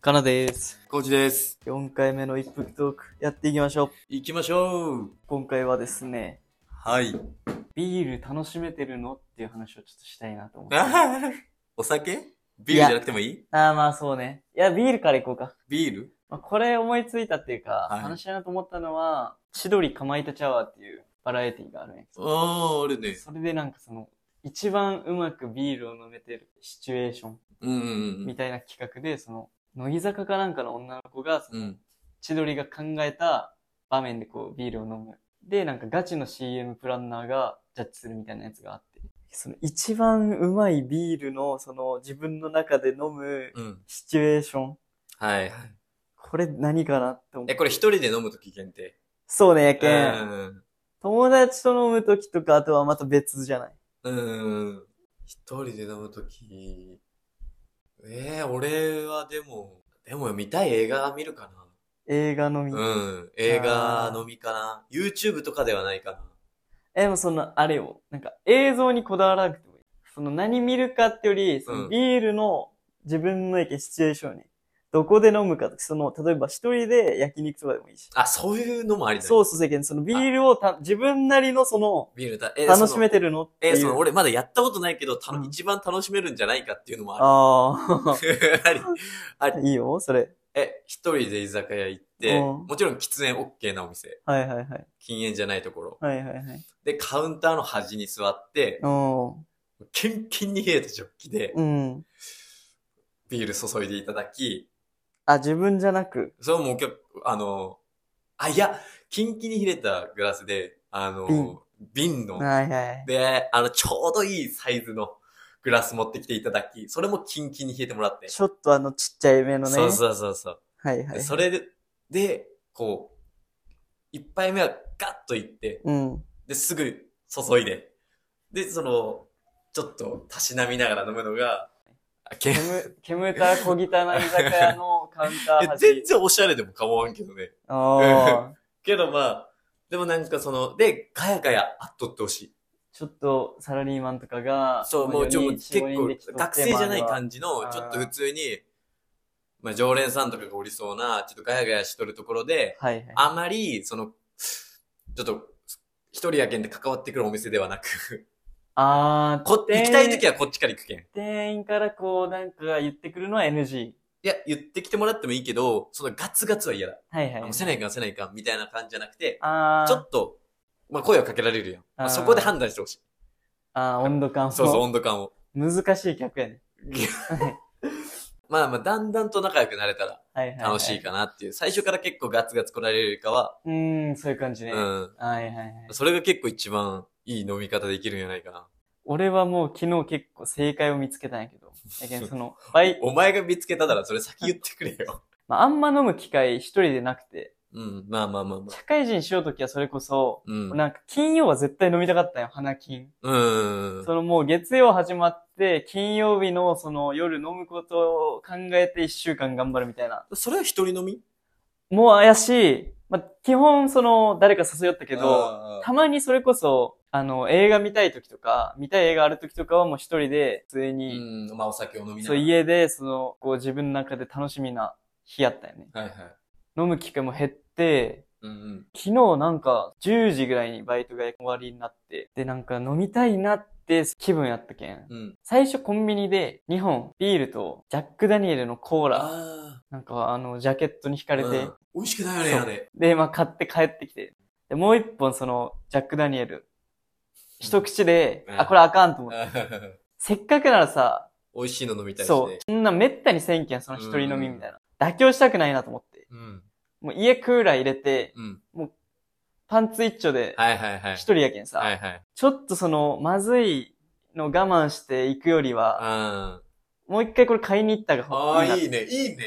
かなです。コーチです。 4回目の一服トークやっていきましょう。行きましょう今回はですね、はい。ビール楽しめてるのっていう話をちょっとしたいなと思って。ああ お酒ビールじゃなくてもいいあー、まあそうね。いや、ビールからいこうか。ビールまあ、これ思いついたっていうか、はい話しなと思ったのは、千鳥かまいたちアワーっていうバラエティがあるんやけああ、あるねど、。それでなんかその、一番うまくビールを飲めてるシチュエーションうんうみんたいな企画で、その、乃木坂かなんかの女の子が、そのうん。うん。千鳥が考えた場面でこうビールを飲む。で、なんかガチの CM プランナーがジャッジするみたいなやつがあって。その一番うまいビールのその自分の中で飲むうん。シチュエーション。はい。これ何かなって思うえ、。これ一人で飲むとき限定。そうね、やけん。ん。友達と飲むときとか、あとはまた別じゃない。うん。一人で飲むとき。えー、俺はでも、でも見たい映画見るか映画飲み。な。うん。映画飲みかな。YouTube とかではないかな。え、でもその、あれよ。なんか映像にこだわらなくてもいい。その何見るかってより、そのうんビールの自分の意見、シチュエーションに。どこで飲むかとか、その、例えば一人で焼肉とかでもいいし。あ、そういうのもありだね。そうそう、世間、そのビールをた自分なりのその、ビールだ。えー楽しそのめてるのっていえう。ーその俺まだやったことないけど、たのうん一番楽しめるんじゃないかっていうのもあある。 ありあ、いいよ、それ。え、一人で居酒屋行って、うんもちろん喫煙 OK なお店。はいはいはい。禁煙じゃないところ。はいはいはい。で、カウンターの端に座って、うキンキンに冷えたジョッキでん。うん。ビール注いでいただき、あ、自分じゃなく、それはもうお客、あの、あ、いや、キンキンに冷えたグラスで、あ瓶の、瓶の、はいはい。で、あの、ちょうどいいサイズのグラス持ってきていただき、それもキンキンに冷えてもらって。ちょっとあの、ちっちゃい目のね。そうそうそうそう。はいはい。それで、で、こう、一杯目はガッといって、うん。で、すぐ注いで、で、その、ちょっと、たしなみながら飲むのが、あけん煙、煙た小汚い居酒屋のカウンターえ端全。然おしゃれでも構わんけどね。ああ。けどまあ、でもなんかその、で、ガヤガヤあっとってほしい。ちょっとサラリーマンとかが、そう、もうちょ、四人結構、学生じゃないじ。感じのあ、ーちょっと普通に、まあ、常連さんとかがおりそうな、ちょっとガヤガヤしとるところで、はいはい。あまり、その、ちょっと、一人やけんで関わってくるお店ではな く、あー、こ行きたい時はこっちから行くけん。い店員からこうなんか言ってくるのは NG。や、言ってきてもらってもいいけど、そのガツガツは嫌だ。はいはいあ。せないかんせないかんみたいな感じじゃなくて、あーちょっと、まあ、声をかけられるやん。まああーそこで判断してほしい。あー、温度感を。そうそう、温度感を。難しい客やね。まあまあ、だんだんと仲良くなれたらはいはい、はい。楽しい。かなっていう。最初から結構ガツガツ来られるよりかは、うーん、そういう感じね。うはいん。はいはい。それが結構一番いい飲み方できるんじゃないかな。俺はもう昨日結構正解を見つけたんやけど。やけんその、バイ、お前が見つけたならそれ先言ってくれ よ。まあ、あんま飲む機会一人でなくて、うん、まあまあまあまあ。社会人しようときはそれこそ、うん。なんか金曜は絶対飲みたかったんよ、花金。うん。そのもう月曜始まって、金曜日のその夜飲むことを考えて一週間頑張るみたいな。それは一人飲みもう怪しい。まあ、基本その誰か誘い寄ったけど、あーたまにそれこそ、あの、映画見たい時とか、見たい映画ある時とかはもう一人で、普通うに、ん、まあお酒を飲みなそがうら。家で、その、こう自分の中で楽しみな日やったよね。はいはい。飲む機会も減って、うんうん。昨日なんか10時ぐらいにバイトが終わりになって、でなんか飲みたいなって気分やったけん。うん。最初コンビニで2本ビールとジャック・ダニエルのコーラ、あなんかあのジャケットに惹かあれて、美味しくないよね、そうあれ。で、まあ買って帰ってきて、で、もう一本そのジャック・ダニエル、一口で、うんあ、これあかんと思って、せっかくならさ、 美味しいの飲みたいしね。そう、そんなめったにせんけん、その一人飲みみたいな。妥協したくないなと思って、う。うん。もう家クーラー入れて、うん。パンツ一丁で、はいはいはい。一人やけんさ、はいはい。ちょっとその、まずいの我慢していくよりは、あもう一回これ買いに行ったがあ。ああ、いいな。いいね、いいね、いいね、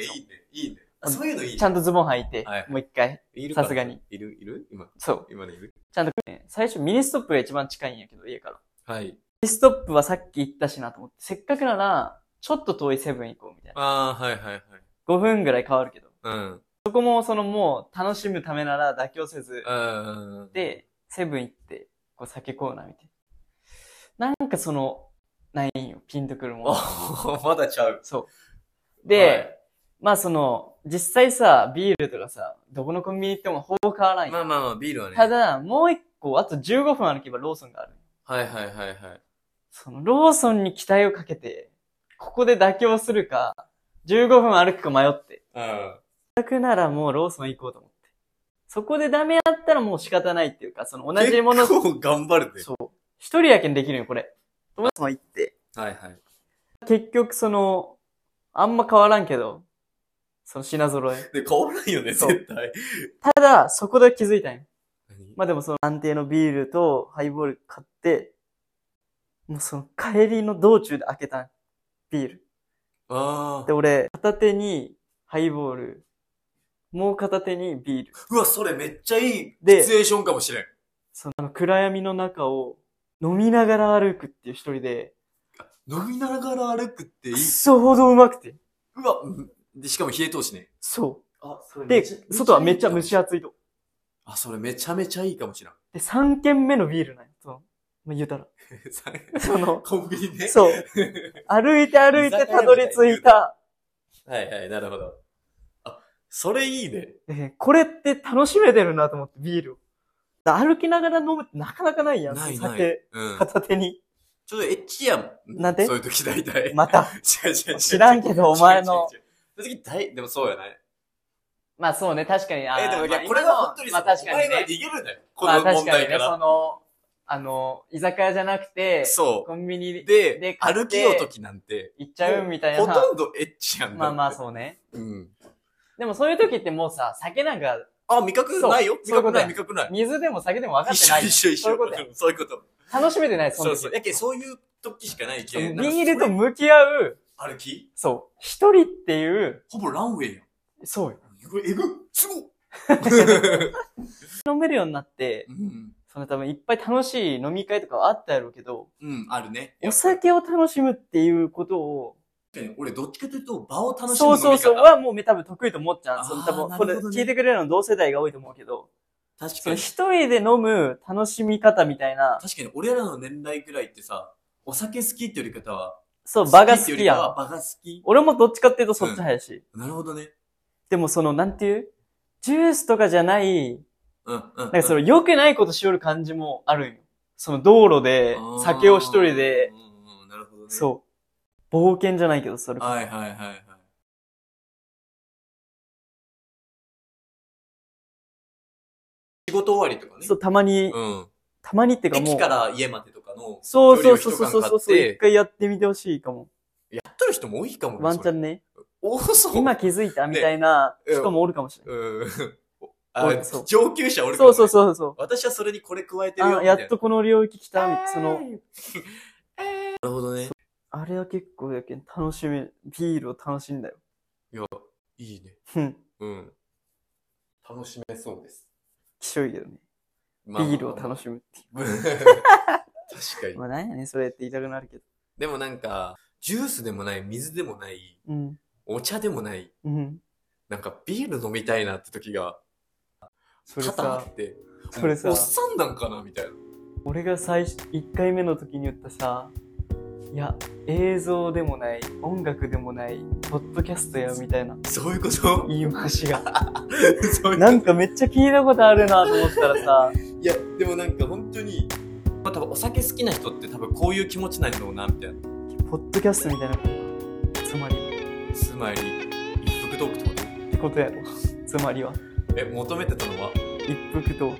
いいね。あそういうのいいちゃね。んとズボン履いて、はいもう一回。いるかなさすがに。いる、いる今、そう。今のいる最初ミニストップが一番近いんやけど、家から。ミはい。ニストップはさっき行ったしなと思って、せっかくなら、ちょっと遠いセブン行こうみたいな。ああ、はいはいはい。 5分ぐらい変わるけど。うん。そこもそのもう楽しむためなら妥協せず、うん。、 で、セブン行って、こう酒コーナーみたいな。なんかその、ないんよ、ピンとくるもの。おまだちゃう。そう。で、まあその、実際さ、ビールとかさ、どこのコンビニ行ってもほぼ変わらんよ。まあまあまあ、ビールはね。ただ、もう一個、あと15分歩けばローソンがある。はいはいはいはい。その、ローソンに期待をかけて、ここで妥協するか、15分歩くか迷って。うん。せっかくならもうローソン行こうと思って。そこでダメだったらもう仕方ないっていうか、その同じもの、結構頑張るね。そう。一人やけんできるんよ、これ。ローソン行って。はいはい。結局その、あんま変わらんけど、その品揃え。で、変わらんよね、そう絶対。ただ、そこで気づいたんよ。何まあでもその安定のビールとハイボール買って、もうその帰りの道中で開けたんビール。あで、あ。俺、片手にハイボール、もう片手にビール。うわ、それめっちゃいいシでチュエーションかもしれん。そのあの暗闇の中を飲みながら歩くっていう一人で、飲みながら歩くっていいくっ。そほどうまくて。うわ、うんで、しかも冷え通しね。そ。あ、そうで、外はめっちゃ蒸し暑いと。あ、それめちゃめちゃいいかもしれん。 で、3軒目のビールなんや。その、まあ、言うたら。その、コンビニね。 そう。歩いて歩いてたどり着いた。はいはい、なるほど。あ、それいいね。えーこれって楽しめてるなと思って、ビールを。だ歩きながら飲むってなかなかないやん。ないない酒、うん。片手に。ちょっとエッチやん。なんでそういう時大体。また。 違う違う違う。知らんけどお前の違う違う違う。そういう時大、でもそうやない。まあそうね、確かに。ええ、でもいや、これは本当にまさ、あ確かにお前はね。逃げるんだよ。こまあの確問かに題ね、かそら。の、あの、居酒屋じゃなくて、そコンビニう。でで、買って歩きよう時なんて、行っちゃうみたいほとな。んどエッチやん。まあまあう。そうね。うん。でもそういう時ってもうさ、酒なんか、あ、味覚ないよ。味そう覚ない、そうい味覚ない。水でも酒でも分かっ一てな緒 い。一緒一緒。そういうことやんそういうこと。楽しめてない、そそのう時そう。。やけん、そういう時しかないけん。なんかビールとそれ向き合う、歩きそう、一人っていう、ほぼランウェイやん。そうよ。これえぐ すごっ飲めるようになって、うん。その多分いっぱい楽しい飲み会とかはあったやろうけど、うん、あるね。お酒を楽しむっていうことを、確かに俺どっちかというと場を楽しむ飲そみ方うそうそうはもう多分得意と思っちゃあう。ーその多分、なこるほれどね聞いてくれるの同世代が多いと思うけど、確そかのに。一人で飲む楽しみ方みたいな、確かに俺らの年代くらいってさ、お酒好きっていうより方は、そう、場が好っていうきよりかやはん。場が好き。俺もどっちかっていうとそっち早いし。なるほどね。でもその、なんていうジュースとかじゃない、うん、うん。ななんかその良くないことしよる感じもあるんよ。その道路で、酒を一人で、うん、うん、なるほどね。う。そう。冒険じゃないけど、それ。はいはいはいはい。仕事終わりとかね。そう、たまに、うん。たまにっていうかもう。駅から家までとかの、そうそうそうそうそうそう。距離を一缶買って一回やってみてほしいかも。やっとる人も多いかもね。ワンチャン。ンね。多そう。今気づいたみたいなね人もおるかもしれない。うん。俺あそう、上級者俺そうそうう。そうそう。私はそれにこれ加えてるよ。あ、みたやいなっとこの領域来えた、ーそ の、なるほどね。あれは結構やけん、楽しめ、ビールを楽しんだよ。いいね。うん。うん。楽しめそうです。きしょいけどね。ビまあールを楽しむっていむ。 確かう。に。まあなんやねん、それって言いたくなるけど。でもなんか、ジュースでもない、水でもない、うん。お茶でもない、うん。なんかビール飲みたいなって時が、そ多れ々あさっ、て、それさおっさんなんかなみたいな。俺が最初、1回目の時に言ったさ、いや、映像でもない、音楽でもない、ポッドキャストや、みたいな そういうこと言い回しが。そう いうことなんかめっちゃ聞いたことあるなと思ったらさ、いや、でもなんか本当に、まあ、多分お酒好きな人って多分こういう気持ちなんだろうな、みたいな。ポッドキャストみたいなことつまりつまり、一服トークってことってことやろ。つまりは、え、求めてたのはってこ一服と、と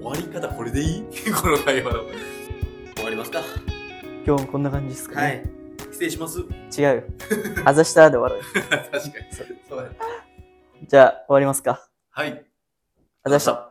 終わり方これでいい この会話の。終わりますか今日もこんな感じですかね。。失礼し ます。違うよ。あざしたで終わる。確かに。そうだねじゃあ、終わりますか。はい。あざした。